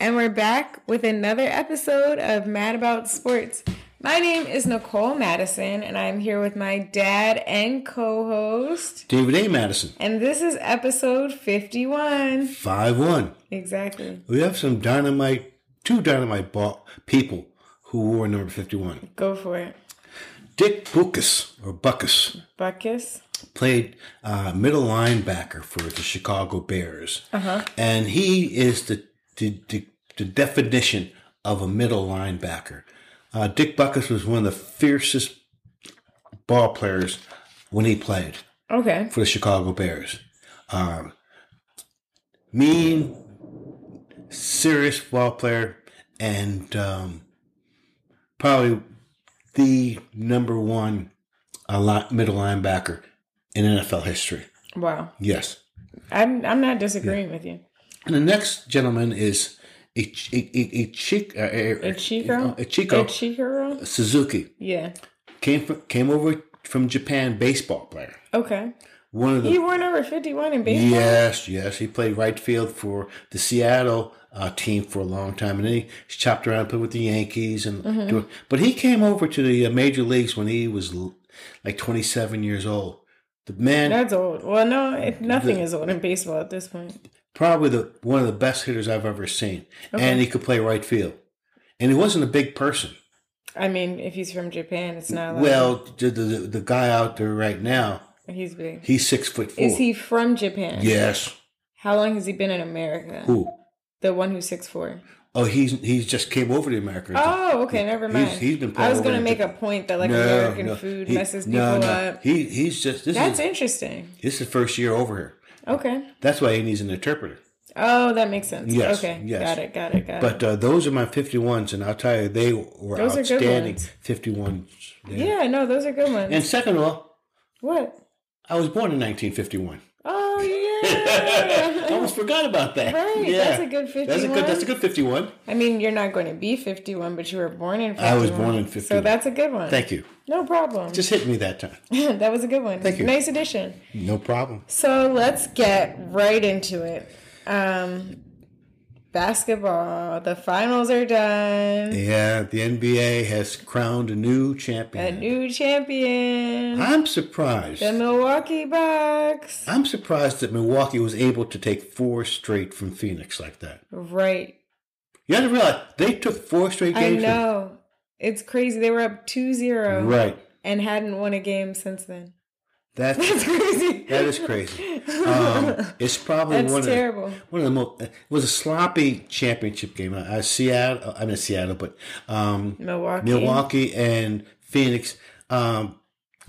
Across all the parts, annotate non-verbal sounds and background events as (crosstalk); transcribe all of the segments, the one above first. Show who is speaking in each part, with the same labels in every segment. Speaker 1: and we're back with another episode of Mad About Sports. My name is Nicole Madison, and I'm here with my dad and co host.
Speaker 2: David A. Madison,
Speaker 1: And this is episode 51.
Speaker 2: 5 1.
Speaker 1: Exactly.
Speaker 2: We have some dynamite, two dynamite ball people who wore number 51.
Speaker 1: Go for it.
Speaker 2: Dick Buckus, or Buckus,
Speaker 1: Buckus.
Speaker 2: played uh, middle linebacker for the Chicago Bears. And he is the, the, the, the definition of a middle linebacker. Uh, Dick Buckus was one of the fiercest ball players when he played.
Speaker 1: Okay.
Speaker 2: for the Chicago Bears. Um, mean, serious ball player, and um, probably the number one uh, li- middle linebacker in NFL history.
Speaker 1: Wow.
Speaker 2: Yes.
Speaker 1: I'm, I'm not disagreeing with you.
Speaker 2: And the next gentleman is a, ch- a, a, a, chick, uh, a,
Speaker 1: Ichiko?
Speaker 2: a Chico
Speaker 1: Ichiro?
Speaker 2: Suzuki.
Speaker 1: Yeah.
Speaker 2: Came, from, came over from Japan, baseball player.
Speaker 1: Okay.
Speaker 2: One of the
Speaker 1: He wore number 51 in baseball?
Speaker 2: Yes, yes. He played right field for the Seattle uh, team for a long time, and then he chopped around, played with the Yankees, and
Speaker 1: Mm-hmm.
Speaker 2: doing- but he came over to the uh, major leagues when he was l- like 27 years old. The man,
Speaker 1: That's old. Well, no, it, nothing is old in baseball at this point.
Speaker 2: probably the one of the best hitters I've ever seen, and he could play right field. And he wasn't a big person.
Speaker 1: I mean, if he's from Japan, it's not allowed.
Speaker 2: Well, the, the the guy out there right now,
Speaker 1: he's big.
Speaker 2: he's six foot four.
Speaker 1: Is he from Japan?
Speaker 2: Yes.
Speaker 1: How long has he been in America?
Speaker 2: Who?
Speaker 1: The one who's six four.
Speaker 2: Oh, he's he's just came over to America.
Speaker 1: Oh, okay, never mind.
Speaker 2: He's- he's been
Speaker 1: I was
Speaker 2: probably
Speaker 1: gonna
Speaker 2: in
Speaker 1: make a
Speaker 2: Japan.
Speaker 1: point that like
Speaker 2: No,
Speaker 1: American
Speaker 2: no.
Speaker 1: food
Speaker 2: He-
Speaker 1: messes people
Speaker 2: no, no.
Speaker 1: up.
Speaker 2: He he's just this
Speaker 1: That's
Speaker 2: is
Speaker 1: interesting.
Speaker 2: this is his first year over here.
Speaker 1: Okay.
Speaker 2: That's why he needs an interpreter.
Speaker 1: Oh, that makes sense.
Speaker 2: Yes,
Speaker 1: okay.
Speaker 2: yes.
Speaker 1: Got it. Got it. Got it.
Speaker 2: But uh, those are my fifty ones, and I'll tell you they were
Speaker 1: Those are good
Speaker 2: outstanding
Speaker 1: ones.
Speaker 2: fifty ones.
Speaker 1: Yeah. No, those are good ones.
Speaker 2: And second of all,
Speaker 1: what?
Speaker 2: I was born in nineteen fifty one.
Speaker 1: Oh
Speaker 2: I (laughs)
Speaker 1: yeah.
Speaker 2: almost forgot about that.
Speaker 1: Right,
Speaker 2: Yeah.
Speaker 1: that's a good
Speaker 2: That's a good. That's a good fifty one.
Speaker 1: I mean, you're not going to be 51, but you were born in 51.
Speaker 2: I was born in
Speaker 1: So
Speaker 2: 51.
Speaker 1: that's a good one.
Speaker 2: Thank you.
Speaker 1: No problem.
Speaker 2: Just hit me that time.
Speaker 1: (laughs) that was a good one.
Speaker 2: Thank you.
Speaker 1: Nice addition.
Speaker 2: No problem.
Speaker 1: So let's get right into it. Um, basketball. The finals are done.
Speaker 2: Yeah, the NBA has crowned a new champion.
Speaker 1: A new champion.
Speaker 2: I'm surprised.
Speaker 1: The Milwaukee Bucks.
Speaker 2: I'm surprised that Milwaukee was able to take four straight from Phoenix like that.
Speaker 1: Right.
Speaker 2: You have to realize they took four straight
Speaker 1: I
Speaker 2: games. from-
Speaker 1: know. It's crazy. They were up 2-0
Speaker 2: Right.
Speaker 1: and hadn't won a game since then. (laughs) That's
Speaker 2: That's
Speaker 1: crazy.
Speaker 2: that is crazy. Um, it's probably
Speaker 1: (laughs) That's
Speaker 2: one
Speaker 1: terrible.
Speaker 2: of the, one of the most. It was a sloppy championship game. I, I Seattle. I'm in Seattle, but um,
Speaker 1: Milwaukee.
Speaker 2: Milwaukee and Phoenix. Um,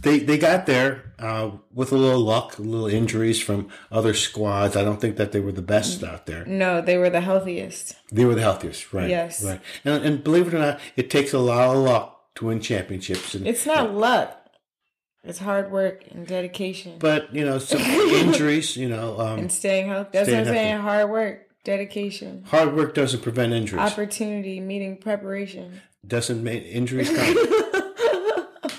Speaker 2: they they got there uh, with a little luck, a little injuries from other squads. I don't think that they were the
Speaker 1: Mm.
Speaker 2: best out there.
Speaker 1: No, they were the healthiest.
Speaker 2: They were the healthiest, right?
Speaker 1: Yes.
Speaker 2: Right. And, and believe it or not, it takes a lot of luck to win championships. And,
Speaker 1: It's not luck. It's hard work and dedication.
Speaker 2: but you
Speaker 1: (laughs)
Speaker 2: know, some injuries. You know, um,
Speaker 1: and staying healthy. That's
Speaker 2: Staying
Speaker 1: what I'm
Speaker 2: healthy.
Speaker 1: saying. Hard work, dedication,
Speaker 2: hard work doesn't prevent injuries.
Speaker 1: opportunity, meeting, preparation.
Speaker 2: doesn't
Speaker 1: (laughs)
Speaker 2: make injuries come. uh,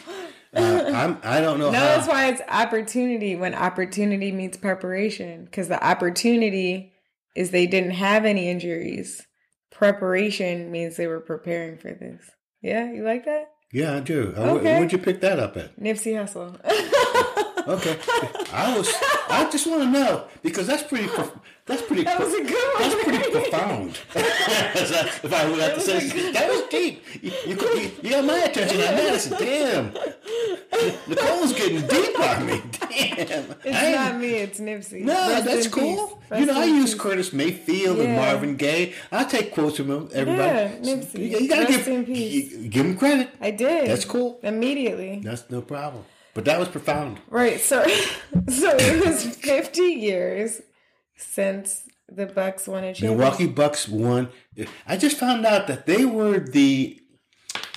Speaker 2: I'm. I don't know
Speaker 1: No,
Speaker 2: how.
Speaker 1: that's why it's opportunity when opportunity meets preparation. Because the opportunity is they didn't have any injuries. Preparation means they were preparing for this. Yeah, you like that?
Speaker 2: yeah, I do. Uh, wh-
Speaker 1: Okay.
Speaker 2: Where'd you pick that up at?
Speaker 1: Nipsey Hustle.
Speaker 2: Okay. I was. I just want to know because that's pretty. Prof- that's pretty.
Speaker 1: (laughs) (laughs) that was a (laughs)
Speaker 2: that's
Speaker 1: good one.
Speaker 2: pretty profound. (laughs) As I- if I would have to say, that was deep. You, you, could- you- you got my attention on Madison. Damn.
Speaker 1: (laughs)
Speaker 2: Nicole's getting deep on me. Damn.
Speaker 1: It's
Speaker 2: I ain't-
Speaker 1: not me. It's Nipsey.
Speaker 2: no,
Speaker 1: Rest
Speaker 2: that's
Speaker 1: in
Speaker 2: cool.
Speaker 1: peace.
Speaker 2: You
Speaker 1: Rest
Speaker 2: know, I
Speaker 1: in
Speaker 2: use
Speaker 1: peace.
Speaker 2: Curtis Mayfield and
Speaker 1: Yeah.
Speaker 2: Marvin Gaye. I take quotes from him, everybody.
Speaker 1: Yeah, Nipsey.
Speaker 2: You, you gotta
Speaker 1: Rest
Speaker 2: give,
Speaker 1: in peace.
Speaker 2: you- give him credit.
Speaker 1: I did.
Speaker 2: That's cool.
Speaker 1: Immediately.
Speaker 2: That's no problem. But that was profound.
Speaker 1: Right. So (laughs) so it was 50 years since the Bucks won a championship.
Speaker 2: Milwaukee Bucks won. I just found out that they were the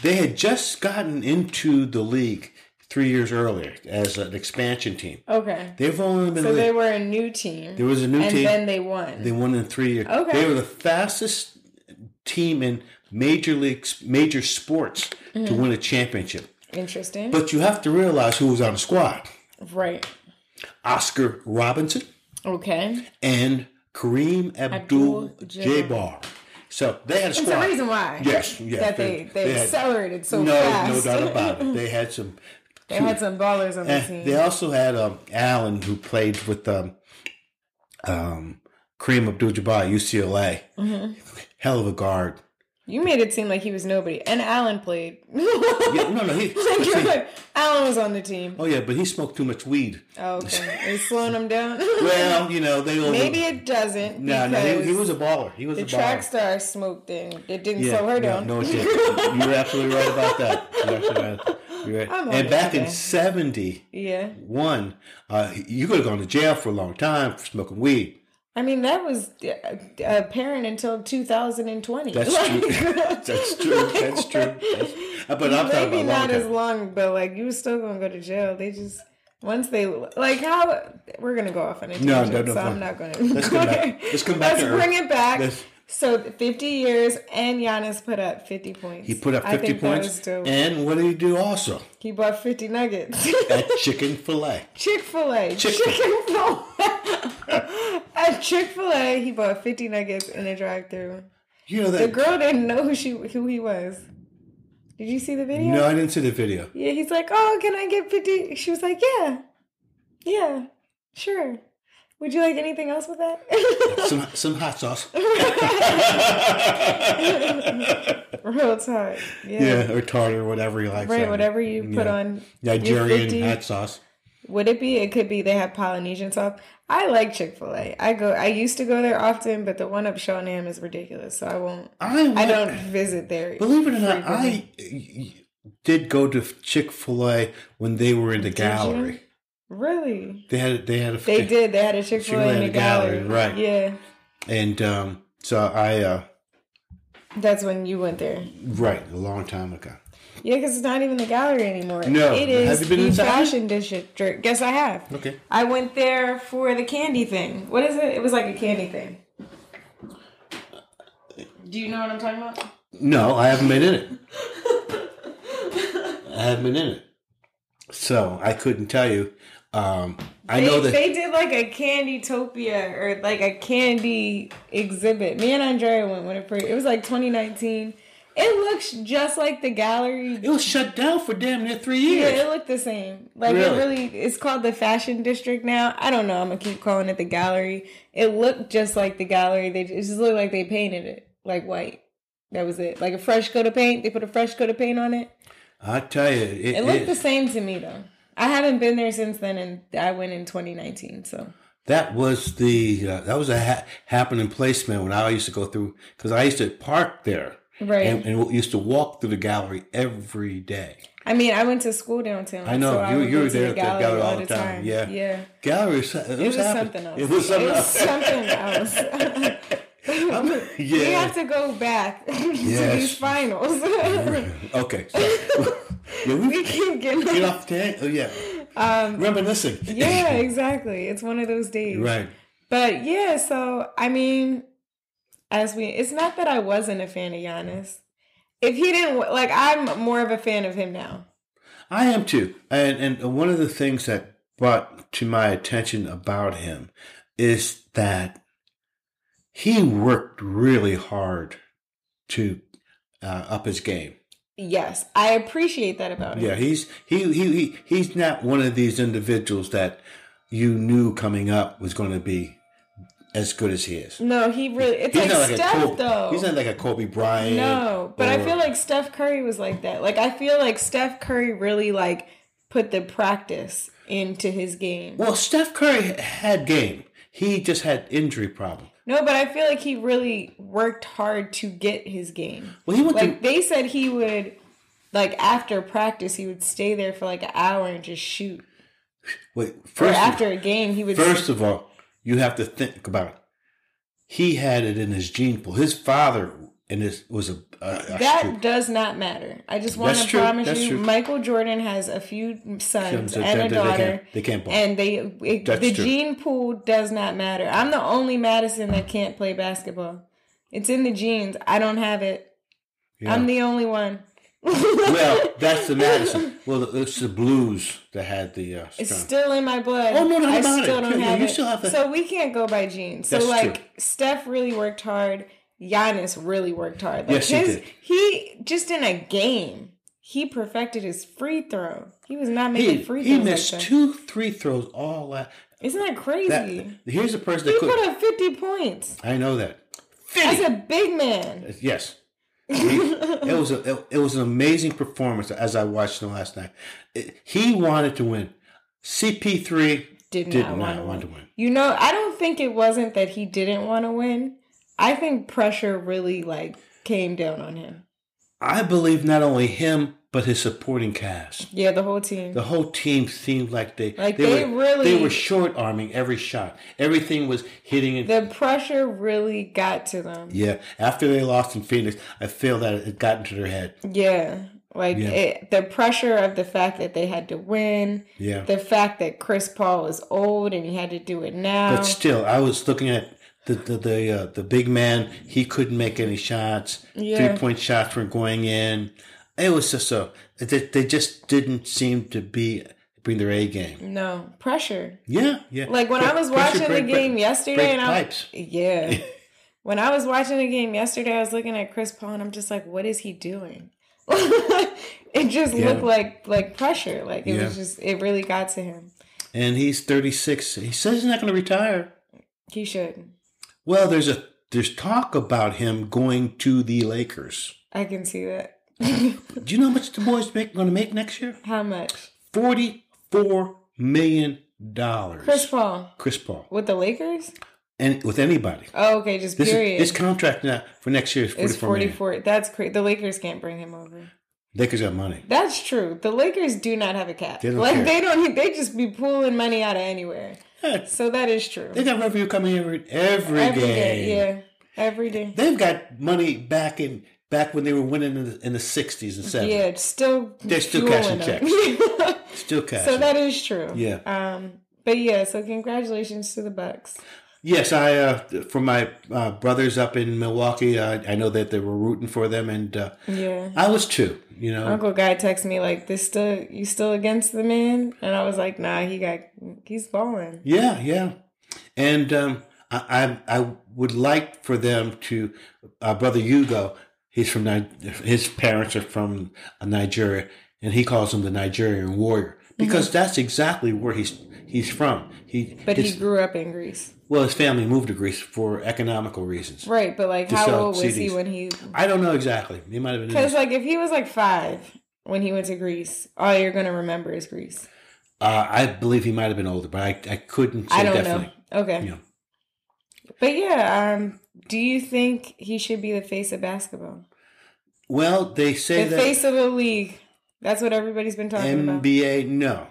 Speaker 2: they had just gotten into the league three years earlier as an expansion team.
Speaker 1: Okay.
Speaker 2: They've only been
Speaker 1: So
Speaker 2: in the
Speaker 1: they
Speaker 2: league.
Speaker 1: were a new team.
Speaker 2: there was a new
Speaker 1: and
Speaker 2: team.
Speaker 1: then they won.
Speaker 2: they won in three years.
Speaker 1: Okay.
Speaker 2: They were the fastest team in major league major sports to
Speaker 1: Mm.
Speaker 2: win a championship.
Speaker 1: Interesting.
Speaker 2: But you have to realize who was on the squad:
Speaker 1: right.
Speaker 2: Oscar Robinson
Speaker 1: Okay.
Speaker 2: and Kareem Abdul-Jabbar.
Speaker 1: Abdul-Jabbar.
Speaker 2: So they had a
Speaker 1: It's
Speaker 2: squad.
Speaker 1: a reason why.
Speaker 2: Yes, yes,
Speaker 1: That they,
Speaker 2: they-
Speaker 1: they,
Speaker 2: they had-
Speaker 1: accelerated so
Speaker 2: no,
Speaker 1: fast.
Speaker 2: no
Speaker 1: (laughs)
Speaker 2: doubt about it. They had some.
Speaker 1: they had some ballers on the
Speaker 2: Eh,
Speaker 1: team.
Speaker 2: they also had um, Allen, who played with um, um, Kareem Abdul-Jabbar, UCLA.
Speaker 1: Mm-hmm.
Speaker 2: Hell of a guard.
Speaker 1: you made it seem like he was nobody. And Allen played. (laughs)
Speaker 2: Yeah, no, no, he.
Speaker 1: Like, you're
Speaker 2: see-
Speaker 1: like, (laughs) Allen was on the team.
Speaker 2: oh yeah, but he smoked too
Speaker 1: (laughs)
Speaker 2: much weed.
Speaker 1: Oh, okay. It's slowing him down. (laughs)
Speaker 2: Well, you know they all.
Speaker 1: Maybe it doesn't.
Speaker 2: no, no,
Speaker 1: because
Speaker 2: he, he was a baller. He was
Speaker 1: the
Speaker 2: a baller.
Speaker 1: track star smoked in. It didn't slow her
Speaker 2: no,
Speaker 1: down.
Speaker 2: No, it didn't. You're absolutely right about that. You're absolutely right. You're right.
Speaker 1: (laughs) I'm
Speaker 2: And
Speaker 1: on
Speaker 2: back
Speaker 1: it
Speaker 2: in
Speaker 1: today.
Speaker 2: '70.
Speaker 1: Yeah.
Speaker 2: One, uh, you could have gone to jail for a long time for smoking weed.
Speaker 1: I mean, that was uh, apparent until 2020. (laughs)
Speaker 2: That's
Speaker 1: Like,
Speaker 2: true. (laughs) That's true. That's true. That's- uh, but I'm talking
Speaker 1: Maybe
Speaker 2: about long
Speaker 1: not as
Speaker 2: time.
Speaker 1: long, but like you was still gonna go to jail. They just once they like how we're gonna go off on a tangent,
Speaker 2: No, no,
Speaker 1: so
Speaker 2: no, fine.
Speaker 1: I'm not gonna.
Speaker 2: Let's come back- let's come back
Speaker 1: Let's
Speaker 2: to
Speaker 1: bring
Speaker 2: earth.
Speaker 1: it back.
Speaker 2: Let's-
Speaker 1: so 50 years, and Giannis put up 50 points.
Speaker 2: He put up
Speaker 1: I
Speaker 2: 50
Speaker 1: think that was
Speaker 2: points.
Speaker 1: dope.
Speaker 2: And what did he do also?
Speaker 1: he bought 50 nuggets. (laughs)
Speaker 2: At Chicken Filet.
Speaker 1: Chick Fil A,
Speaker 2: Chick-fil-A.
Speaker 1: Chicken Fil A. (laughs) At Chick Fil A, he bought 50 nuggets in a drive-through.
Speaker 2: You know
Speaker 1: The
Speaker 2: that?
Speaker 1: girl didn't know who she who he was. Did you see the video?
Speaker 2: No, I didn't see the video.
Speaker 1: Yeah, he's like, "Oh, can I get 50?" She was like, "Yeah. Yeah. Sure. Would you like anything else with
Speaker 2: (laughs)
Speaker 1: that?" (laughs)
Speaker 2: Some some hot sauce.
Speaker 1: Real talk. Yeah. (laughs)
Speaker 2: yeah, or tartar, whatever you like.
Speaker 1: Right, whatever you put on your
Speaker 2: Nigerian
Speaker 1: 50.
Speaker 2: hot sauce.
Speaker 1: Would it be? It could be they have Polynesian sauce. I like Chick-fil-A. I go I used to go there often, but the one up Shonam is ridiculous, so I won't
Speaker 2: I,
Speaker 1: I
Speaker 2: went-
Speaker 1: don't visit there.
Speaker 2: Believe it or not, I
Speaker 1: frequently.
Speaker 2: uh, did go to Chick Fil A when they were in the
Speaker 1: you?
Speaker 2: gallery.
Speaker 1: Really?
Speaker 2: They had they had a
Speaker 1: They did. They had a Chick Fil A in the gallery.
Speaker 2: right.
Speaker 1: Yeah,
Speaker 2: and um, so I uh,
Speaker 1: that's when you went there.
Speaker 2: right a long time ago.
Speaker 1: Yeah, because it's not even the gallery anymore.
Speaker 2: No.
Speaker 1: it
Speaker 2: Have
Speaker 1: is
Speaker 2: you been
Speaker 1: the
Speaker 2: inside?
Speaker 1: fashion district. Guess I have.
Speaker 2: Okay.
Speaker 1: I went there for the candy thing. What is it? It was like a candy thing. Do you know what I'm talking about?
Speaker 2: No, I haven't been in it. I haven't been in it, so I couldn't tell you. Um, I
Speaker 1: They,
Speaker 2: know that
Speaker 1: they did like a candy topia or like a candy exhibit. Me and Andrea went when it first. It was like 2019. It looks just like the gallery
Speaker 2: it was shut down for damn near three
Speaker 1: Yeah,
Speaker 2: years.
Speaker 1: it looked the same. Like
Speaker 2: Really?
Speaker 1: it really it's called the fashion district now. I don't know, I'm gonna keep calling it the gallery. It looked just like the gallery. They it just looked like they painted it like white. That was it. Like a fresh coat of paint. They put a fresh coat of paint on it.
Speaker 2: I tell you, it,
Speaker 1: It looked
Speaker 2: it-
Speaker 1: the same to me though. I haven't been there since then and I went in 2019, so
Speaker 2: That was the uh, that was a ha- happening place, man. When I used to go through, because I used to park there
Speaker 1: Right.
Speaker 2: and, and used to walk through the gallery every day.
Speaker 1: I mean, I went to school downtown.
Speaker 2: I know,
Speaker 1: so
Speaker 2: you-
Speaker 1: would
Speaker 2: you
Speaker 1: go
Speaker 2: were
Speaker 1: to
Speaker 2: there at the gallery all the time, yeah.
Speaker 1: yeah.
Speaker 2: Gallery, was- it was,
Speaker 1: It was
Speaker 2: happening.
Speaker 1: something else.
Speaker 2: It was something else. (laughs)
Speaker 1: something else.
Speaker 2: I'm-
Speaker 1: (laughs) We
Speaker 2: yeah.
Speaker 1: have to go back (laughs)
Speaker 2: Yes.
Speaker 1: to these
Speaker 2: (laughs)
Speaker 1: finals.
Speaker 2: okay. sorry. (laughs) yeah,
Speaker 1: (laughs)
Speaker 2: we
Speaker 1: we keep
Speaker 2: (laughs) get
Speaker 1: getting. (laughs)
Speaker 2: off the. Oh yeah. Um, Reminiscing. (laughs)
Speaker 1: Yeah, exactly. It's one of those days.
Speaker 2: right.
Speaker 1: But yeah, so I mean, as we, it's not that I wasn't a fan of Giannis. If he didn't like, I'm more of a fan of him now.
Speaker 2: I am too. And and one of the things that brought to my attention about him is that he worked really hard to uh, up his game.
Speaker 1: Yes, I appreciate that about him.
Speaker 2: Yeah, he's he, he he he's not one of these individuals that you knew coming up was going to be as good as he is.
Speaker 1: No, he really. It's like, Steph
Speaker 2: Kobe.
Speaker 1: though.
Speaker 2: He's not like a Kobe Bryant.
Speaker 1: No, but I
Speaker 2: or-
Speaker 1: feel like Steph Curry was like that. Like I feel like Steph Curry really like put the practice into his game.
Speaker 2: well, Steph Curry had game. He just had injury problem.
Speaker 1: No, but I feel like he really worked hard to get his game.
Speaker 2: Well, he went to
Speaker 1: Like they said he would like after practice he would stay there for like an hour and just shoot.
Speaker 2: wait
Speaker 1: Or
Speaker 2: first.
Speaker 1: after a game he would
Speaker 2: First of all, you have to think about it. He had it in his gene pool. His father and his was a, a, a
Speaker 1: that
Speaker 2: shoot.
Speaker 1: does not matter. I just want
Speaker 2: That's
Speaker 1: to
Speaker 2: true.
Speaker 1: promise
Speaker 2: That's
Speaker 1: you,
Speaker 2: true.
Speaker 1: Michael Jordan has a few sons
Speaker 2: So
Speaker 1: and
Speaker 2: they-
Speaker 1: a
Speaker 2: they
Speaker 1: daughter.
Speaker 2: can't- They can't ball.
Speaker 1: and they it,
Speaker 2: That's
Speaker 1: the
Speaker 2: true.
Speaker 1: gene pool does not matter. I'm the only Madison that can't play basketball. It's in the genes. I don't have it.
Speaker 2: Yeah.
Speaker 1: I'm (laughs) the only one. (laughs)
Speaker 2: well, that's the Madison. Well, it's the Blues that had the uh,
Speaker 1: It's
Speaker 2: strong-
Speaker 1: still in my blood.
Speaker 2: Oh, no, no,
Speaker 1: I
Speaker 2: about it.
Speaker 1: still
Speaker 2: Yeah,
Speaker 1: don't
Speaker 2: yeah,
Speaker 1: have
Speaker 2: you
Speaker 1: it.
Speaker 2: still have that.
Speaker 1: So we can't go by genes. So
Speaker 2: That's
Speaker 1: like
Speaker 2: true.
Speaker 1: Steph really worked hard Giannis really worked hard. Like
Speaker 2: Yes, he
Speaker 1: his,
Speaker 2: did.
Speaker 1: He just in a game, he perfected his free throw. He was not making
Speaker 2: He,
Speaker 1: free
Speaker 2: he
Speaker 1: throws.
Speaker 2: missed
Speaker 1: like that.
Speaker 2: two three throws all that.
Speaker 1: Isn't that crazy?
Speaker 2: that here's a person
Speaker 1: he
Speaker 2: that
Speaker 1: put
Speaker 2: could.
Speaker 1: up fifty points.
Speaker 2: I know that.
Speaker 1: That's a big
Speaker 2: Uh,
Speaker 1: man.
Speaker 2: Yes.
Speaker 1: (laughs)
Speaker 2: He- it was a, it, it was an amazing performance as I watched him last night. It- he wanted to win. CP3
Speaker 1: Did,
Speaker 2: did
Speaker 1: not,
Speaker 2: not
Speaker 1: want
Speaker 2: want
Speaker 1: to
Speaker 2: to
Speaker 1: win.
Speaker 2: win.
Speaker 1: You know, I don't think it wasn't that he didn't want to win. I think pressure really like came down on him.
Speaker 2: I believe not only him but his supporting cast.
Speaker 1: Yeah, the whole team.
Speaker 2: The whole team seemed like they
Speaker 1: Like,
Speaker 2: they,
Speaker 1: they
Speaker 2: were,
Speaker 1: really-
Speaker 2: they were short arming every shot. Everything was hitting it.
Speaker 1: the pressure really got to them.
Speaker 2: yeah, after they lost in Phoenix, I feel that it got into their head.
Speaker 1: Yeah. Like
Speaker 2: Yeah.
Speaker 1: It, the pressure of the fact that they had to win,
Speaker 2: Yeah,
Speaker 1: the fact that Chris Paul was old and he had to do it now.
Speaker 2: but still, I was looking at the the the, uh, the big man. He couldn't make any shots.
Speaker 1: Yeah.
Speaker 2: Three point shots were going in. It was just so they, they just didn't seem to be bring their A game.
Speaker 1: no, pressure.
Speaker 2: Yeah, yeah.
Speaker 1: Like um, when I was
Speaker 2: Pressure
Speaker 1: watching
Speaker 2: break-
Speaker 1: the game
Speaker 2: break-
Speaker 1: yesterday
Speaker 2: break
Speaker 1: and I
Speaker 2: pipes. (laughs)
Speaker 1: Yeah. when I was watching the game yesterday, I was looking at Chris Paul and I'm just like, what is he doing? (laughs) it just
Speaker 2: Yeah.
Speaker 1: looked like like pressure. Like it was
Speaker 2: Yeah.
Speaker 1: just it really got to him.
Speaker 2: and he's 36. He says he's not going to retire.
Speaker 1: He should.
Speaker 2: Well, there's a there's talk about him going to the Lakers.
Speaker 1: I can see that. (laughs)
Speaker 2: Do you know how much the boys make going to make next year?
Speaker 1: How much?
Speaker 2: Forty four million dollars.
Speaker 1: Chris Paul
Speaker 2: Chris Paul,
Speaker 1: with the Lakers?
Speaker 2: and with anybody.
Speaker 1: Oh, okay, just
Speaker 2: This
Speaker 1: period.
Speaker 2: is, this contract now for next year is forty
Speaker 1: It's
Speaker 2: four million.
Speaker 1: 44. That's crazy. The Lakers can't bring him over.
Speaker 2: Lakers got money.
Speaker 1: That's true. The Lakers do not have a cap.
Speaker 2: They don't
Speaker 1: like
Speaker 2: care.
Speaker 1: they don't. e-, They just be pulling money out of anywhere.
Speaker 2: Yeah,
Speaker 1: So that is true.
Speaker 2: They got revenue coming in every, every,
Speaker 1: Every
Speaker 2: game.
Speaker 1: day, yeah. Every day.
Speaker 2: They've got money back in back when they were winning in the, in the '60s and '70s.
Speaker 1: Yeah, it's still
Speaker 2: They're still cashing
Speaker 1: checks.
Speaker 2: Still
Speaker 1: (laughs)
Speaker 2: cash.
Speaker 1: so that is true.
Speaker 2: Yeah.
Speaker 1: Um. But yeah. So congratulations to the Bucks.
Speaker 2: Yes, I uh, for my uh, brothers up in Milwaukee, I, I know that they were rooting for them, and uh,
Speaker 1: Yeah.
Speaker 2: I was too. You know,
Speaker 1: Uncle Guy texted me like, "This still you still against the man?" And I was like, "Nah, he got he's balling."
Speaker 2: yeah, yeah, and um, I, I I would like for them to uh, brother Hugo. He's from Ni- his parents are from uh, Nigeria, and he calls him the Nigerian warrior
Speaker 1: Mm-hmm.
Speaker 2: because that's exactly where he's he's from. He
Speaker 1: But
Speaker 2: his,
Speaker 1: he grew up in Greece,
Speaker 2: well, his family moved to Greece for economical reasons.
Speaker 1: right? But like,
Speaker 2: To
Speaker 1: how
Speaker 2: sell
Speaker 1: old was he
Speaker 2: CDs.
Speaker 1: when he?
Speaker 2: I don't know exactly. He might have been in
Speaker 1: Because like, if he was like five when he went to Greece, all you're gonna remember is Greece.
Speaker 2: Uh, I believe he might have been older, but I, I couldn't say
Speaker 1: I don't
Speaker 2: definitely.
Speaker 1: know. Okay.
Speaker 2: Yeah.
Speaker 1: But yeah, um, do you think he should be the face of basketball?
Speaker 2: Well, they say
Speaker 1: the
Speaker 2: that
Speaker 1: face of the league. That's what everybody's been talking about.
Speaker 2: NBA, no.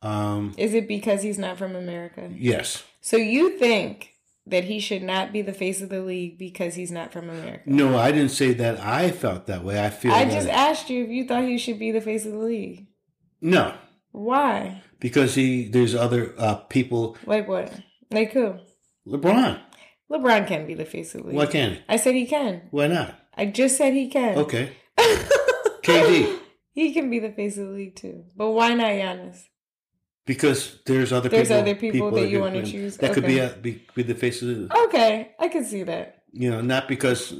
Speaker 2: Um,
Speaker 1: Is it because he's not from America?
Speaker 2: yes.
Speaker 1: So you think that he should not be the face of the league because he's not from America?
Speaker 2: No, I didn't say that I felt that way. I feel
Speaker 1: I
Speaker 2: that-
Speaker 1: just asked you if you thought he should be the face of the league.
Speaker 2: No,
Speaker 1: Why?
Speaker 2: because he there's other uh, people.
Speaker 1: Like what? Like who?
Speaker 2: LeBron,
Speaker 1: LeBron can be the face of the league.
Speaker 2: why can't he?
Speaker 1: I said he can.
Speaker 2: Why not?
Speaker 1: I just said he can. (laughs)
Speaker 2: Okay. KD,
Speaker 1: He can be the face of the league too. But why not Giannis?
Speaker 2: because there's other
Speaker 1: There's
Speaker 2: people,
Speaker 1: other people that you
Speaker 2: could-
Speaker 1: wanna choose?
Speaker 2: That could be,
Speaker 1: Okay.
Speaker 2: a, be be the face of the
Speaker 1: Okay, I can see that.
Speaker 2: you know not because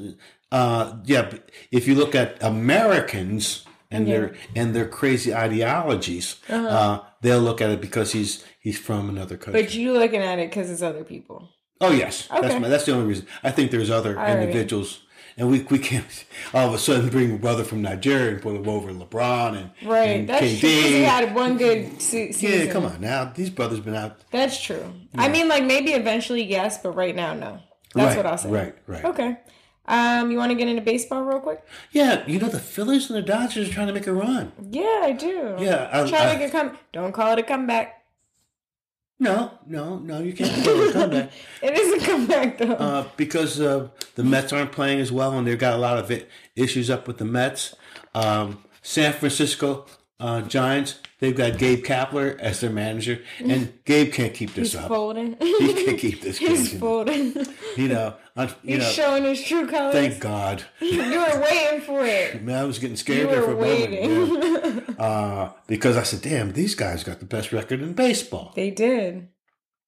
Speaker 2: uh yeah if you look at americans and their and their crazy ideologies uh they'll look at it because he's he's from another country
Speaker 1: Uh-huh. But you looking at it because it's other people.
Speaker 2: oh yes
Speaker 1: Okay.
Speaker 2: that's my, that's the only reason i think there's other
Speaker 1: right.
Speaker 2: individuals and we, we can't (laughs) all of a sudden bring a brother from Nigeria and put him over LeBron and,
Speaker 1: Right.
Speaker 2: and
Speaker 1: That's true. 'cause He
Speaker 2: KD.
Speaker 1: had one good se- season.
Speaker 2: Yeah, come on now. These brothers been out.
Speaker 1: That's true. I mean, like maybe eventually, yes, but right now, no. That's
Speaker 2: right,
Speaker 1: what I'll say.
Speaker 2: Right, right.
Speaker 1: Okay. Um, you want to get into baseball real quick?
Speaker 2: Yeah, you know the Phillies and the Dodgers are trying to make a run.
Speaker 1: Yeah, I do.
Speaker 2: Yeah, I-
Speaker 1: Try
Speaker 2: I-
Speaker 1: to make a come. Don't call it a comeback.
Speaker 2: No, no, no. You
Speaker 1: (laughs)
Speaker 2: can't call it a comeback.
Speaker 1: It is a comeback though.
Speaker 2: Uh, because uh, the Mets aren't playing as well, and they've got a lot of i- issues up with the Mets. Um, San Francisco uh, Giants, they've got Gabe Kapler as their manager, and Gabe can't keep this
Speaker 1: He's
Speaker 2: up.
Speaker 1: folding.
Speaker 2: He can't keep
Speaker 1: (laughs)
Speaker 2: this
Speaker 1: He's
Speaker 2: going.
Speaker 1: folding.
Speaker 2: You know, un- you
Speaker 1: He's
Speaker 2: know.
Speaker 1: showing his true colors.
Speaker 2: Thank God.
Speaker 1: (laughs) you were waiting for it.
Speaker 2: Man, I was getting
Speaker 1: You
Speaker 2: scared there for
Speaker 1: were
Speaker 2: a moment. yeah.
Speaker 1: waiting.
Speaker 2: Uh, because I said, "Damn, these guys got the best record in baseball."
Speaker 1: (laughs) they did.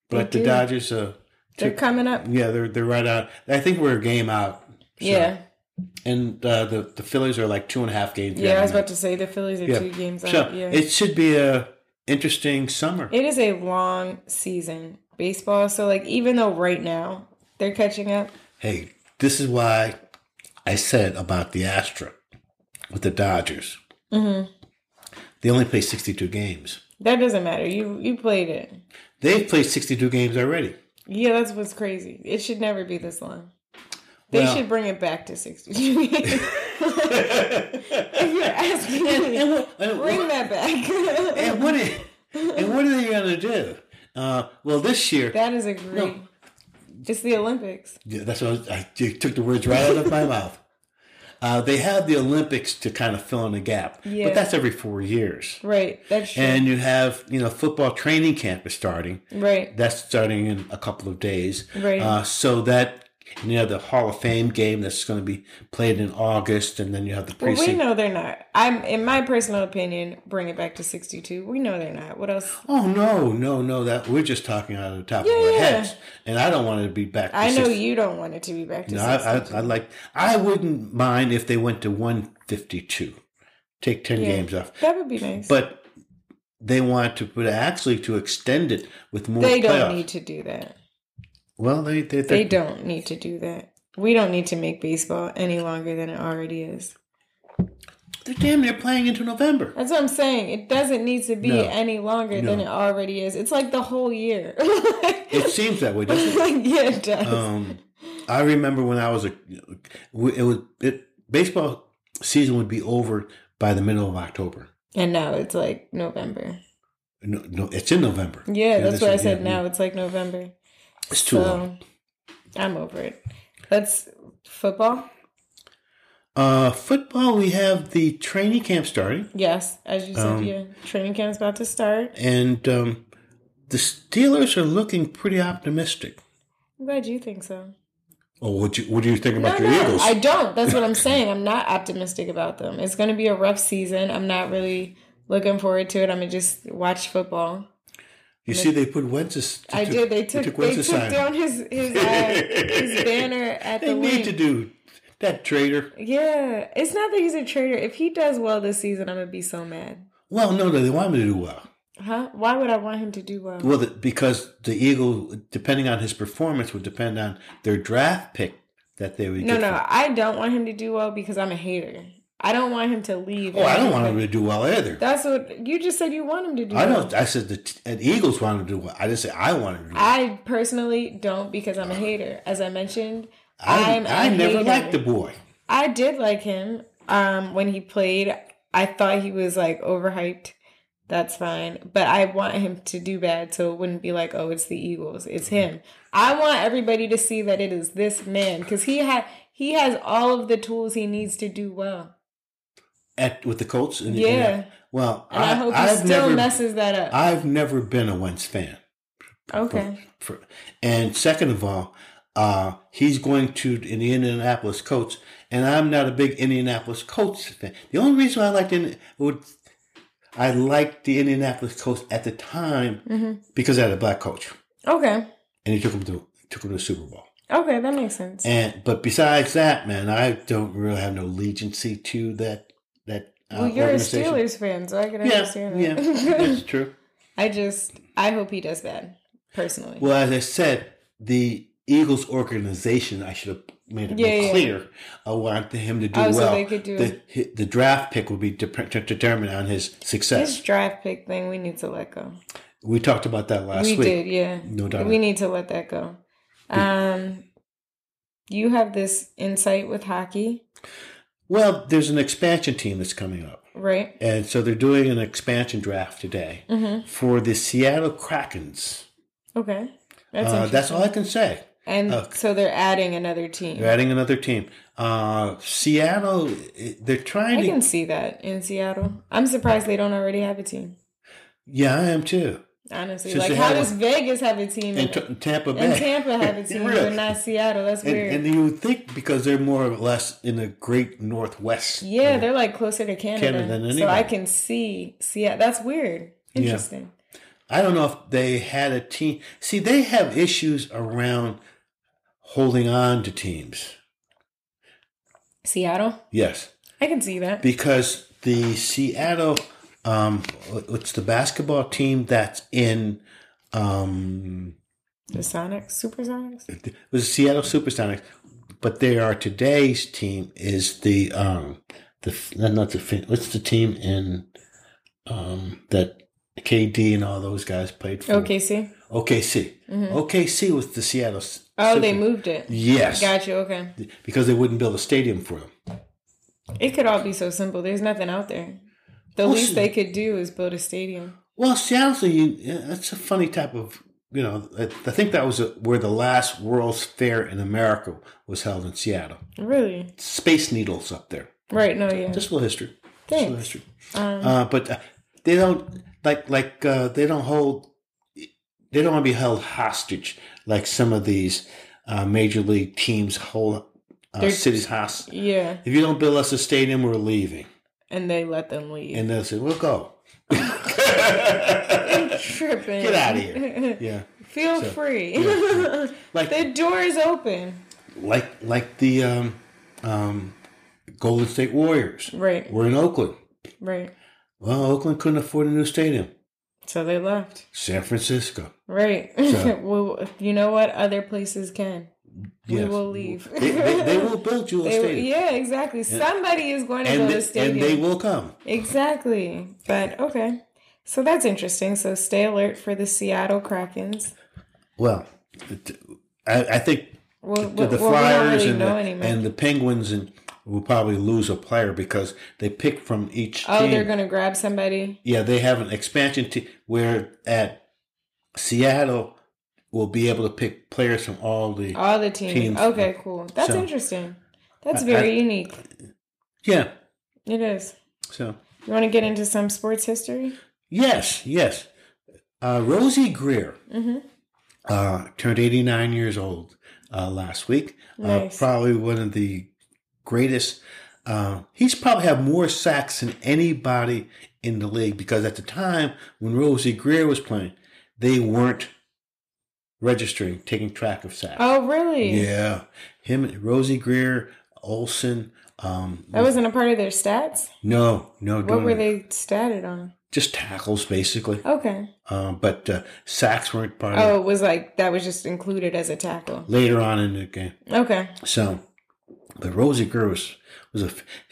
Speaker 2: But the
Speaker 1: do.
Speaker 2: Dodgers, uh,
Speaker 1: They're coming up.
Speaker 2: yeah, they're they're right out. I think we're a game out.
Speaker 1: yeah.
Speaker 2: And uh, the the Phillies are like two and a half games.
Speaker 1: Yeah, I was about
Speaker 2: behind.
Speaker 1: to say the Phillies are
Speaker 2: Yeah.
Speaker 1: two games
Speaker 2: So
Speaker 1: out. Yeah.
Speaker 2: it should be a interesting summer.
Speaker 1: It is a long season baseball. So like even though right now they're catching up,
Speaker 2: Hey, this is why I said about the Astro with the Dodgers.
Speaker 1: Mm-hmm.
Speaker 2: They only play 62 games.
Speaker 1: that doesn't matter. You you played it.
Speaker 2: They've played 62 games already.
Speaker 1: Yeah, that's what's crazy. It should never be this long. They
Speaker 2: Well-
Speaker 1: should bring it back to sixty. (laughs) if you're asking me,
Speaker 2: And what, and
Speaker 1: bring
Speaker 2: what,
Speaker 1: that back.
Speaker 2: (laughs) and what, are- and what are they going to do? Uh, well, this
Speaker 1: (laughs)
Speaker 2: year,
Speaker 1: that is a great. It's the Olympics.
Speaker 2: Yeah, that's what I, was, I you took the words right out of my (laughs) mouth. Uh, they have the Olympics to kind of fill in the gap,
Speaker 1: Yeah.
Speaker 2: but that's every four years.
Speaker 1: Right. That's true.
Speaker 2: And you have you know football training camp is starting.
Speaker 1: right.
Speaker 2: That's starting in a couple of days.
Speaker 1: Right.
Speaker 2: Uh, so that and you have the Hall of Fame game that's going to be played in August, and then you have the
Speaker 1: Well, we
Speaker 2: preseason.
Speaker 1: know they're not. I'm, in my personal opinion, bring it back to 62. We know they're not. What else?
Speaker 2: oh no, no, no! That we're just talking out of the top of
Speaker 1: Yeah,
Speaker 2: our
Speaker 1: yeah.
Speaker 2: heads, and I don't want it to be back. To
Speaker 1: I know
Speaker 2: 60.
Speaker 1: you don't want it to be back to
Speaker 2: No,
Speaker 1: 62.
Speaker 2: I, I, I like. I wouldn't mind if they went to one fifty-two, take ten
Speaker 1: Yeah.
Speaker 2: games off.
Speaker 1: that would be nice.
Speaker 2: But they want to put actually to extend it with more.
Speaker 1: they don't
Speaker 2: playoffs.
Speaker 1: need to do that.
Speaker 2: Well, they they,
Speaker 1: They don't need to do that. We don't need to make baseball any longer than it already is.
Speaker 2: they're damn near playing
Speaker 1: (laughs)
Speaker 2: into November.
Speaker 1: That's what I'm saying. It doesn't need to be
Speaker 2: No.
Speaker 1: any longer than
Speaker 2: No.
Speaker 1: it already is. It's like the whole year. (laughs)
Speaker 2: It seems that way, doesn't it?
Speaker 1: yeah, it does.
Speaker 2: Um, I remember when I was a, it was it baseball season would be over by the middle of October.
Speaker 1: and now it's like November.
Speaker 2: No, no it's in November.
Speaker 1: Yeah, that's
Speaker 2: this
Speaker 1: what I
Speaker 2: is-
Speaker 1: said.
Speaker 2: yeah,
Speaker 1: now it's like November.
Speaker 2: it's too long.
Speaker 1: I'm over it. Let's football.
Speaker 2: Uh, football, we have the training camp starting.
Speaker 1: Yes, as you said,
Speaker 2: Um,
Speaker 1: yeah. Training camp's about to start.
Speaker 2: and um, the Steelers are looking pretty optimistic.
Speaker 1: I'm glad you think so.
Speaker 2: Oh, what you what do you think
Speaker 1: No,
Speaker 2: about your
Speaker 1: no,
Speaker 2: Eagles?
Speaker 1: I don't. That's
Speaker 2: (laughs)
Speaker 1: what I'm saying. I'm not optimistic about them. It's going to be a rough season. I'm not really looking forward to it. I'm gonna just watch football.
Speaker 2: you see, they put Wences.
Speaker 1: I did. They took they
Speaker 2: Wentz's
Speaker 1: took down his his, uh,
Speaker 2: (laughs)
Speaker 1: his banner at
Speaker 2: They
Speaker 1: the
Speaker 2: need
Speaker 1: wing.
Speaker 2: to do that traitor.
Speaker 1: yeah, it's not that he's a traitor. If he does well this season, I'm gonna be so mad.
Speaker 2: Well, no, no, they want him to do well.
Speaker 1: Huh? Why would I want him to do well?
Speaker 2: Well, the, because the Eagle, depending on his performance, would depend on their draft pick that they would.
Speaker 1: No,
Speaker 2: get
Speaker 1: no,
Speaker 2: from-
Speaker 1: I don't want him to do well because I'm a hater. I don't want him to leave.
Speaker 2: Oh, I don't want him to do well either.
Speaker 1: That's what you just said. You want him to do.
Speaker 2: I
Speaker 1: well.
Speaker 2: don't. I said the, t- and Eagles want him to do well. I didn't say I want him to do well.
Speaker 1: I personally don't because I'm a hater. As I mentioned,
Speaker 2: I,
Speaker 1: I'm a
Speaker 2: I never
Speaker 1: hater.
Speaker 2: liked the boy.
Speaker 1: I did like him um, when he played. I thought he was like overhyped. That's fine, but I want him to do bad so it wouldn't be like, oh, it's the Eagles, it's him. I want everybody to see that it is this man because he had he has all of the tools he needs to do well.
Speaker 2: at with the Colts. And,
Speaker 1: Yeah.
Speaker 2: and- well,
Speaker 1: And I,
Speaker 2: I,
Speaker 1: hope he
Speaker 2: have
Speaker 1: still
Speaker 2: never,
Speaker 1: messes that up.
Speaker 2: I've never been a Wentz fan.
Speaker 1: okay.
Speaker 2: For, and second of all, uh, he's going to in the Indianapolis Colts, and I'm not a big Indianapolis Colts fan. The only reason I liked in would I liked the Indianapolis Colts at the time because I had a black coach,
Speaker 1: Mm-hmm. Okay.
Speaker 2: and he took him to took him to the Super Bowl.
Speaker 1: Okay, that makes sense.
Speaker 2: And but besides that, man, I don't really have no allegiancy to that that. Uh,
Speaker 1: well, you're a
Speaker 2: organization.
Speaker 1: Steelers fan, so I can
Speaker 2: Yeah,
Speaker 1: understand
Speaker 2: yeah,
Speaker 1: that. (laughs)
Speaker 2: that's true.
Speaker 1: I just, I hope he does bad, personally.
Speaker 2: Well, as I said, the Eagles organization, I should have made it
Speaker 1: Yeah,
Speaker 2: more
Speaker 1: yeah.
Speaker 2: clear. I want him to do
Speaker 1: Oh, so
Speaker 2: well.
Speaker 1: they could do-
Speaker 2: the, hi- the draft pick will be de- determined on his success.
Speaker 1: This draft pick thing, we need to let go.
Speaker 2: we talked about that last
Speaker 1: we
Speaker 2: week.
Speaker 1: did, yeah.
Speaker 2: No doubt.
Speaker 1: We need to let that go. Um, you have this insight with hockey,
Speaker 2: Well, there's an expansion team that's coming up.
Speaker 1: right?
Speaker 2: And so they're doing an expansion draft today for the Seattle Krakens.
Speaker 1: Okay, that's
Speaker 2: That's, uh, that's
Speaker 1: interesting.
Speaker 2: all I can say.
Speaker 1: and so they're adding another team.
Speaker 2: They're adding another team. Uh, Seattle, i- they're trying
Speaker 1: I
Speaker 2: to.
Speaker 1: can see that in Seattle. I'm surprised they don't already have a team.
Speaker 2: yeah, I am too.
Speaker 1: Honestly,
Speaker 2: Since
Speaker 1: like
Speaker 2: they
Speaker 1: how
Speaker 2: have
Speaker 1: does Vegas have a team
Speaker 2: And
Speaker 1: and,
Speaker 2: t- Tampa Bay.
Speaker 1: and Tampa
Speaker 2: (laughs)
Speaker 1: have a team,
Speaker 2: Really?
Speaker 1: but not Seattle? That's
Speaker 2: And,
Speaker 1: weird.
Speaker 2: and you would think because they're more or less in the great northwest.
Speaker 1: yeah, they're like closer to Canada,
Speaker 2: Canada than
Speaker 1: so I
Speaker 2: anybody.
Speaker 1: can see. See, yeah, that's weird. Interesting.
Speaker 2: I don't know if they had a team. See, they have issues around holding on to teams.
Speaker 1: Seattle?
Speaker 2: Yes,
Speaker 1: I can see that.
Speaker 2: because the Seattle, um, it's the basketball team that's in. Um,
Speaker 1: The Sonics, Supersonics?
Speaker 2: it was the Seattle Supersonics, but they are today's team is the um the not the Phoen- what's the team in um that KD and all those guys played for.
Speaker 1: OKC?
Speaker 2: OKC. OKC was the Seattle. S-
Speaker 1: Mm-hmm. Oh, they
Speaker 2: Super-
Speaker 1: moved it.
Speaker 2: Yes,
Speaker 1: Got you. Okay.
Speaker 2: because they wouldn't build a stadium for them.
Speaker 1: It could all be so simple. There's nothing out there. The
Speaker 2: Well,
Speaker 1: least
Speaker 2: she-
Speaker 1: they could do is build a stadium.
Speaker 2: Well, Seattle's a, u- yeah, that's a funny type of, you know, I I think that was a, where the last World's Fair in America was held in Seattle.
Speaker 1: Really?
Speaker 2: Space Needle's up there.
Speaker 1: Right? No, yeah.
Speaker 2: Just a little history. Just a little
Speaker 1: Thanks.
Speaker 2: history.
Speaker 1: Um,
Speaker 2: Uh, but uh, they don't, like, like uh, they don't hold, they don't want to be held hostage like some of these uh, major league teams hold uh,
Speaker 1: They're-
Speaker 2: cities hostage.
Speaker 1: yeah.
Speaker 2: If you don't build us a stadium, we're leaving.
Speaker 1: And they let them leave. (laughs)
Speaker 2: And they'll say, we'll go.
Speaker 1: I'm tripping.
Speaker 2: Get out of here. Yeah.
Speaker 1: (laughs) Feel
Speaker 2: So,
Speaker 1: free.
Speaker 2: Like,
Speaker 1: (laughs) the door is open.
Speaker 2: like like the um, um, Golden State Warriors.
Speaker 1: Right.
Speaker 2: We're in Oakland.
Speaker 1: Right.
Speaker 2: Well, Oakland couldn't afford a new stadium.
Speaker 1: So they left.
Speaker 2: San Francisco.
Speaker 1: Right.
Speaker 2: So-
Speaker 1: (laughs) well, you know what? Other places can.
Speaker 2: Yes.
Speaker 1: We will leave.
Speaker 2: They,
Speaker 1: (laughs)
Speaker 2: they, they will build you a
Speaker 1: They-
Speaker 2: stadium,
Speaker 1: yeah, exactly. Somebody is going to
Speaker 2: and
Speaker 1: build
Speaker 2: they,
Speaker 1: a stadium.
Speaker 2: and they will come.
Speaker 1: Exactly. But okay. So that's interesting. So stay alert for the Seattle Krakens.
Speaker 2: Well, it- I, I think
Speaker 1: Well,
Speaker 2: the,
Speaker 1: well,
Speaker 2: the
Speaker 1: well, we don't
Speaker 2: Flyers
Speaker 1: really
Speaker 2: and,
Speaker 1: know
Speaker 2: the,
Speaker 1: anymore.
Speaker 2: and the Penguins and will probably lose a player because they pick from each
Speaker 1: oh,
Speaker 2: team.
Speaker 1: they're going to grab somebody.
Speaker 2: yeah, they have an expansion team where at Seattle will be able to pick players from all the
Speaker 1: All the teams.
Speaker 2: Teams.
Speaker 1: Okay, cool. That's
Speaker 2: So-
Speaker 1: interesting. That's
Speaker 2: I-
Speaker 1: very
Speaker 2: I-
Speaker 1: unique.
Speaker 2: yeah.
Speaker 1: It is.
Speaker 2: So
Speaker 1: You want to get into some sports history?
Speaker 2: yes, yes. Uh, Rosie Greer
Speaker 1: Mm-hmm.
Speaker 2: uh, turned 89 years old uh, last week.
Speaker 1: Nice.
Speaker 2: Uh, probably one of the greatest. Uh, he's probably had more sacks than anybody in the league because at the time when Rosie Greer was playing, they weren't registering, taking track of sacks.
Speaker 1: Oh, really?
Speaker 2: Yeah, him, Rosie Greer, Olson. Um,
Speaker 1: That wasn't a part of their stats?
Speaker 2: no, no.
Speaker 1: What
Speaker 2: don't-
Speaker 1: were they statted on?
Speaker 2: Just tackles, basically.
Speaker 1: Okay.
Speaker 2: Um, but uh, sacks weren't part of
Speaker 1: Oh,
Speaker 2: it
Speaker 1: it was like that was just included as a tackle.
Speaker 2: later on in the game.
Speaker 1: Okay.
Speaker 2: So, but Rosie Greer was, was a.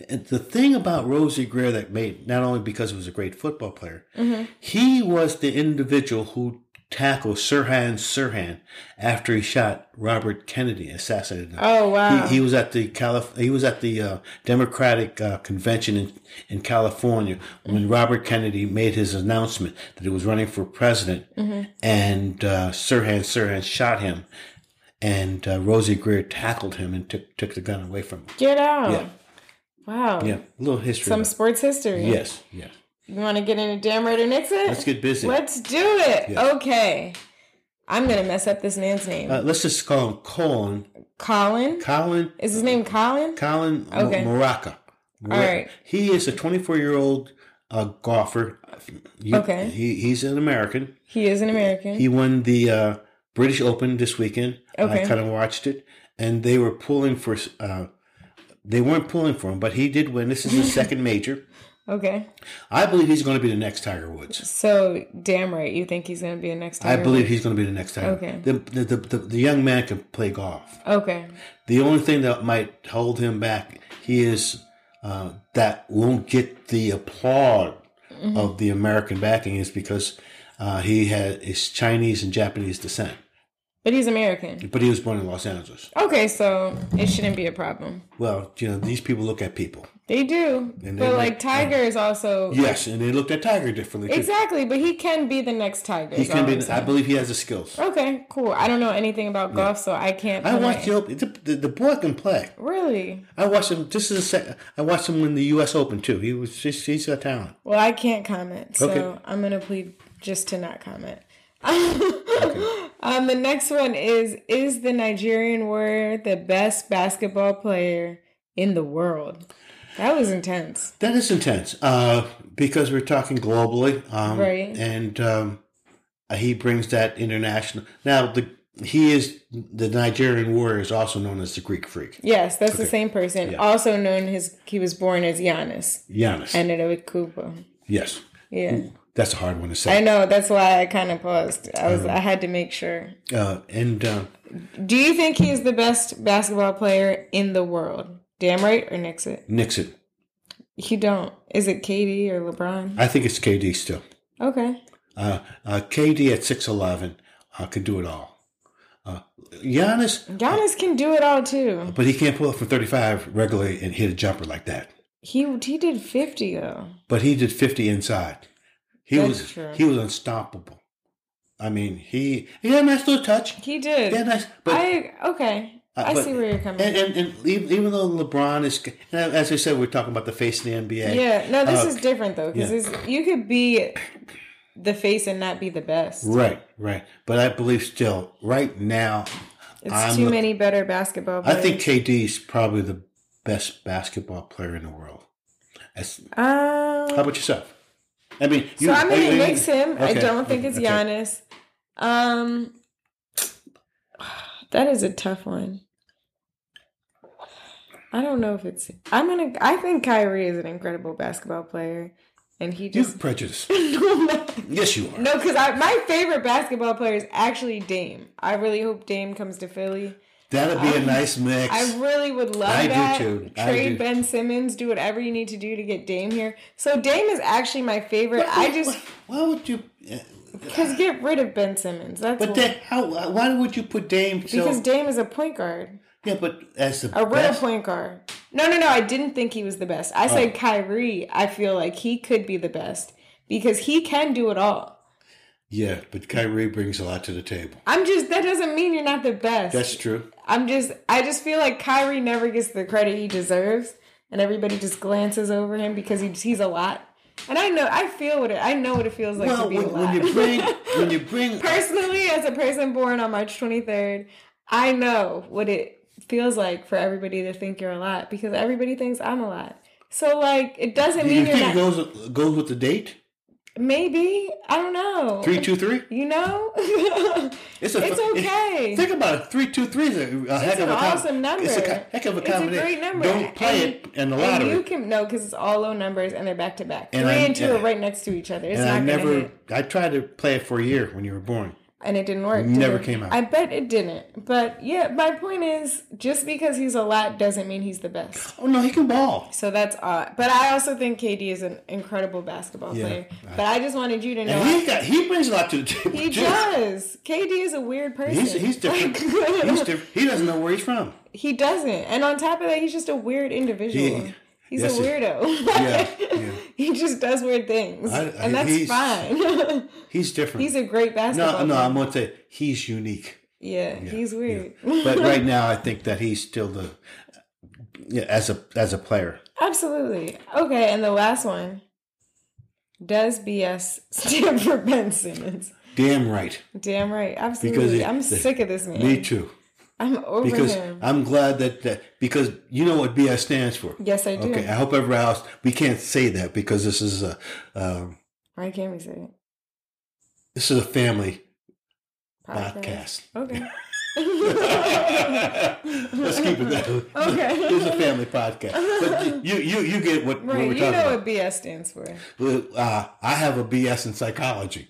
Speaker 2: and The thing about Rosie Greer that made, not only because he was a great football player,
Speaker 1: Mm-hmm.
Speaker 2: he was the individual who tackled Sirhan Sirhan after he shot Robert Kennedy, assassinated him.
Speaker 1: Oh, wow.
Speaker 2: He, he was at the Calif- he was at the uh, Democratic uh, convention in, in California when Robert Kennedy made his announcement that he was running for president,
Speaker 1: Mm-hmm.
Speaker 2: and uh, Sirhan Sirhan shot him, and uh, Rosie Greer tackled him and took took the gun away from him.
Speaker 1: Get out.
Speaker 2: Yeah.
Speaker 1: Wow.
Speaker 2: Yeah, a little history.
Speaker 1: Some
Speaker 2: of that.
Speaker 1: sports history.
Speaker 2: yes, yes.
Speaker 1: You want to get into Damn Right or Nixon?
Speaker 2: Let's get busy.
Speaker 1: Let's do it.
Speaker 2: Yeah.
Speaker 1: Okay. I'm going to mess up this man's name.
Speaker 2: Uh, let's just call him Colin.
Speaker 1: Colin?
Speaker 2: Colin.
Speaker 1: Is his name Colin?
Speaker 2: Colin Mo-
Speaker 1: Okay.
Speaker 2: Moraka. Mor-
Speaker 1: right.
Speaker 2: He is a 24 year old uh, golfer. You-
Speaker 1: Okay.
Speaker 2: He, he's an American.
Speaker 1: He is an American.
Speaker 2: He won the uh, British Open this weekend.
Speaker 1: Okay.
Speaker 2: I kind of watched it, and they were pulling for. Uh, they weren't pulling for him, but he did win. This
Speaker 1: (laughs)
Speaker 2: is his second major.
Speaker 1: okay.
Speaker 2: I believe he's going to be the next Tiger Woods.
Speaker 1: So, damn right, you think he's going to be a next
Speaker 2: I
Speaker 1: time.
Speaker 2: believe he's going to be the next Tiger.
Speaker 1: Okay.
Speaker 2: The, the, the, the, the young man can play golf.
Speaker 1: Okay.
Speaker 2: The only thing that might hold him back, he is uh, that won't get the applaud
Speaker 1: Mm-hmm.
Speaker 2: of the American backing, is because uh, he had is Chinese and Japanese descent,
Speaker 1: But he's American.
Speaker 2: but he was born in Los Angeles.
Speaker 1: Okay, so it shouldn't be a problem.
Speaker 2: Well, you know, these people look at people.
Speaker 1: They do.
Speaker 2: And they
Speaker 1: but,
Speaker 2: look-
Speaker 1: like, Tiger is also.
Speaker 2: Yes, and they looked at Tiger differently. Too.
Speaker 1: Exactly, but he can be the next Tiger.
Speaker 2: He
Speaker 1: is all
Speaker 2: can
Speaker 1: I'm
Speaker 2: be. I
Speaker 1: saying.
Speaker 2: believe he has the skills.
Speaker 1: Okay, cool. I don't know anything about golf, so I can't.
Speaker 2: I
Speaker 1: play.
Speaker 2: watched the, Open- the the the boy can play.
Speaker 1: Really?
Speaker 2: I watched him. This is a sec, I watched him win the U.S. Open too. He was just, he's a talent.
Speaker 1: Well, I can't comment, so
Speaker 2: Okay.
Speaker 1: I'm gonna plead just to not comment. (laughs) um, the next one is: Is the Nigerian warrior the best basketball player in the world? That was intense.
Speaker 2: That is intense uh, because we're talking globally, um, uh,
Speaker 1: Right.
Speaker 2: And um, he brings that international. Now the He is the Nigerian warrior is also known as the Greek freak.
Speaker 1: Yes, that's the same person.
Speaker 2: Yeah.
Speaker 1: Also known his he was born as Giannis
Speaker 2: Giannis.
Speaker 1: Antetokounmpo.
Speaker 2: yes.
Speaker 1: Yeah.
Speaker 2: That's a hard one to say.
Speaker 1: I know, that's why I kind of paused. I
Speaker 2: Uh-huh.
Speaker 1: was I had to make sure.
Speaker 2: uh, and uh,
Speaker 1: Do you think he's the best basketball player in the world? Damn right or nix it?
Speaker 2: Nixon.
Speaker 1: You don't. Is it KD or LeBron?
Speaker 2: I think it's KD still.
Speaker 1: Okay.
Speaker 2: Uh, uh, KD at 6'11 uh, could do it all. Uh, Giannis,
Speaker 1: Giannis can do it all too.
Speaker 2: but he can't pull up from 35 regularly and hit a jumper like that.
Speaker 1: He he did 50 though.
Speaker 2: But he did 50 inside. He
Speaker 1: That's
Speaker 2: was
Speaker 1: true.
Speaker 2: he was unstoppable. I mean, he he had a nice little touch.
Speaker 1: He did.
Speaker 2: He had a nice, but
Speaker 1: I okay.
Speaker 2: Uh,
Speaker 1: I
Speaker 2: but-
Speaker 1: see where you're coming
Speaker 2: and, and, and even even though LeBron is, and as I said, we're talking about the face of the NBA.
Speaker 1: Yeah, no, this
Speaker 2: Uh,
Speaker 1: is different though
Speaker 2: yeah.
Speaker 1: because you could be the face and not be the best.
Speaker 2: Right, right. But I believe still, right now,
Speaker 1: It's
Speaker 2: I'm
Speaker 1: too
Speaker 2: the-
Speaker 1: many better basketball.
Speaker 2: I
Speaker 1: Players.
Speaker 2: think KD is probably the best basketball player in the world. As, how
Speaker 1: Um,
Speaker 2: about yourself? I mean, you,
Speaker 1: so I'm
Speaker 2: are you-
Speaker 1: gonna mix him. I
Speaker 2: okay,
Speaker 1: don't think it's
Speaker 2: okay.
Speaker 1: Giannis. Um, that is a tough one. I don't know if it's. I'm gonna. I think Kyrie is an incredible basketball player, and he
Speaker 2: You're
Speaker 1: just. (laughs)
Speaker 2: prejudiced.
Speaker 1: no,
Speaker 2: Yes, you are.
Speaker 1: because my favorite basketball player is actually Dame. I really hope Dame comes to Philly.
Speaker 2: That'd be a nice mix.
Speaker 1: I really would love
Speaker 2: I do
Speaker 1: that.
Speaker 2: too. I
Speaker 1: Trade
Speaker 2: do.
Speaker 1: Ben Simmons, do whatever you need to do to get Dame here. So Dame is actually my favorite. I just
Speaker 2: why would you? eh,
Speaker 1: because get rid of Ben Simmons. That's
Speaker 2: But
Speaker 1: why.
Speaker 2: then, how? uh, Why would you put Dame? So,
Speaker 1: because Dame is a point guard,
Speaker 2: yeah, but as the
Speaker 1: a real
Speaker 2: best,
Speaker 1: point guard. No, no, no. I didn't think he was the best. I
Speaker 2: Oh.
Speaker 1: said Kyrie. I feel like he could be the best because he can do it all.
Speaker 2: yeah, but Kyrie brings a lot to the table.
Speaker 1: I'm just that doesn't mean you're not the best.
Speaker 2: That's true.
Speaker 1: I'm just I just feel like Kyrie never gets the credit he deserves, and everybody just glances over him because he, he's a lot. And I know I feel what it I know what it feels like to
Speaker 2: Well,
Speaker 1: be a
Speaker 2: when,
Speaker 1: lot.
Speaker 2: when you bring,
Speaker 1: (laughs)
Speaker 2: when you bring,
Speaker 1: Personally, as a person born on March 23rd, I know what it feels like for everybody to think you're a lot because everybody thinks I'm a lot. So like it doesn't
Speaker 2: you
Speaker 1: mean you're
Speaker 2: think
Speaker 1: not.
Speaker 2: it goes goes with the date?
Speaker 1: (laughs) maybe I don't know.
Speaker 2: Three, two, three.
Speaker 1: You know, (laughs)
Speaker 2: It's,
Speaker 1: It's okay.
Speaker 2: think about it. Three, two, three is a, a heck
Speaker 1: an
Speaker 2: of a com-
Speaker 1: awesome number.
Speaker 2: It's a co- heck of a
Speaker 1: It's a
Speaker 2: combination.
Speaker 1: great number.
Speaker 2: Don't play it in the
Speaker 1: And
Speaker 2: lottery.
Speaker 1: you can no, because it's all low numbers and they're back to back. 3
Speaker 2: And I'm-
Speaker 1: and two
Speaker 2: and-
Speaker 1: are right next to each other. It's
Speaker 2: and
Speaker 1: not
Speaker 2: I
Speaker 1: gonna
Speaker 2: never,
Speaker 1: hit.
Speaker 2: I tried to play it for a year when you were born.
Speaker 1: and it didn't work.
Speaker 2: Never
Speaker 1: did it?
Speaker 2: came out.
Speaker 1: I bet it didn't. But yeah, my point is, just because he's a lot doesn't mean he's the best.
Speaker 2: Oh no, he can ball.
Speaker 1: So that's odd. But I also think KD is an incredible basketball
Speaker 2: Yeah,
Speaker 1: player. But I just wanted you to know.
Speaker 2: And he got, he brings a lot to the table.
Speaker 1: he
Speaker 2: too.
Speaker 1: does. KD is a weird person.
Speaker 2: He's,
Speaker 1: (laughs)
Speaker 2: he's different.
Speaker 1: Like-
Speaker 2: he's different. He doesn't know where he's from.
Speaker 1: He doesn't. And on top of that, he's just a weird individual.
Speaker 2: He-
Speaker 1: he's
Speaker 2: yes,
Speaker 1: a
Speaker 2: he-
Speaker 1: weirdo. (laughs)
Speaker 2: Yeah, yeah.
Speaker 1: He just does weird things.
Speaker 2: I- I-
Speaker 1: and that's
Speaker 2: he's-
Speaker 1: fine. (laughs)
Speaker 2: He's different.
Speaker 1: he's a great basketball
Speaker 2: no, no.
Speaker 1: player.
Speaker 2: I'm gonna say he's unique.
Speaker 1: yeah, he's weird. (laughs)
Speaker 2: But right now, I think that he's still the yeah, as a as a player.
Speaker 1: Absolutely. Okay, and the last one. Does BS (laughs) stand for Ben Simmons?
Speaker 2: Damn right.
Speaker 1: Damn right. Absolutely.
Speaker 2: it-
Speaker 1: I'm
Speaker 2: the-
Speaker 1: sick of this man.
Speaker 2: (laughs) Me too.
Speaker 1: I'm over
Speaker 2: Because
Speaker 1: him.
Speaker 2: I'm glad that, that because you know what BS stands for.
Speaker 1: yes, I do.
Speaker 2: Okay, I hope everybody else. We can't say that because this is a um,
Speaker 1: Why can't we say it?
Speaker 2: this is a family
Speaker 1: Podcast.
Speaker 2: podcast. (laughs)
Speaker 1: Okay.
Speaker 2: Let's keep it that. way.
Speaker 1: (laughs) Okay.
Speaker 2: it's a family podcast.
Speaker 1: (laughs)
Speaker 2: But you you you get what, what
Speaker 1: Right,
Speaker 2: we're
Speaker 1: you know
Speaker 2: talking about.
Speaker 1: what BS stands for.
Speaker 2: Uh, I have a BS in psychology.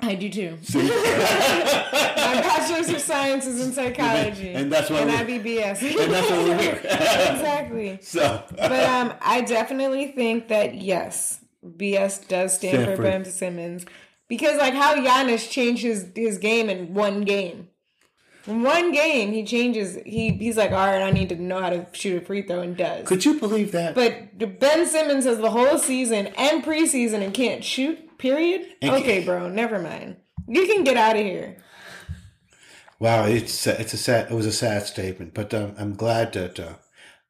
Speaker 1: I do too. My bachelor's of science
Speaker 2: (laughs)
Speaker 1: is in psychology,
Speaker 2: And that's why
Speaker 1: and
Speaker 2: we-
Speaker 1: I be BS.
Speaker 2: And that's what we're here.
Speaker 1: (laughs) exactly. (laughs)
Speaker 2: so
Speaker 1: But um, I definitely think that yes, BS does stand
Speaker 2: Stand
Speaker 1: for
Speaker 2: for-
Speaker 1: Ben Simmons because like how Giannis changed his his game in one game. In one game, he changes. He he's like, all right, I need to know how to shoot a free throw, and does.
Speaker 2: could you believe that?
Speaker 1: But Ben Simmons has the whole season and preseason and can't shoot. Period.
Speaker 2: And
Speaker 1: okay, bro, never mind. You can get out of here.
Speaker 2: Wow, it's it's a sad it was a sad statement, but um, I'm glad that uh,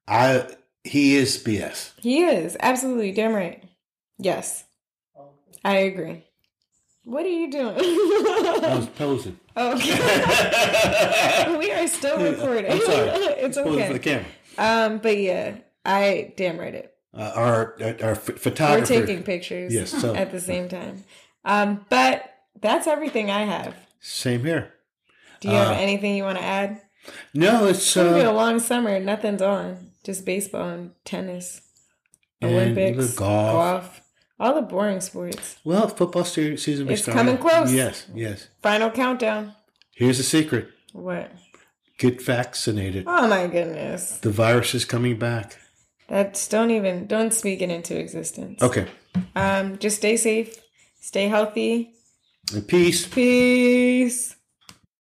Speaker 2: I he is
Speaker 1: (laughs)
Speaker 2: BS.
Speaker 1: He is absolutely damn right. Yes, I agree. What are you
Speaker 2: (laughs)
Speaker 1: doing?
Speaker 2: I was (laughs) posing.
Speaker 1: okay, Oh. (laughs) we are still recording.
Speaker 2: I'm
Speaker 1: (laughs)
Speaker 2: sorry.
Speaker 1: it's
Speaker 2: posing for the
Speaker 1: okay.
Speaker 2: camera.
Speaker 1: Um, but yeah, I damn right it.
Speaker 2: Uh, our our our ph-
Speaker 1: We're
Speaker 2: photographer.
Speaker 1: taking pictures
Speaker 2: Yes, so-
Speaker 1: at the same time. Um, but that's everything I have.
Speaker 2: Same here.
Speaker 1: Do you have anything you want to add?
Speaker 2: No, it's
Speaker 1: It's been a
Speaker 2: uh,
Speaker 1: long summer. Nothing's on. Just baseball and tennis,
Speaker 2: and
Speaker 1: Olympics,
Speaker 2: the golf.
Speaker 1: golf, all the boring sports.
Speaker 2: Well, football se- season will be
Speaker 1: It's
Speaker 2: starting.
Speaker 1: coming close.
Speaker 2: Yes, yes.
Speaker 1: Final countdown.
Speaker 2: Here's the secret:
Speaker 1: What?
Speaker 2: get vaccinated.
Speaker 1: Oh my goodness.
Speaker 2: The virus is coming back.
Speaker 1: That's don't even don't speak it into existence.
Speaker 2: Okay,
Speaker 1: Um, just stay safe, stay healthy.
Speaker 2: and peace.
Speaker 1: Peace.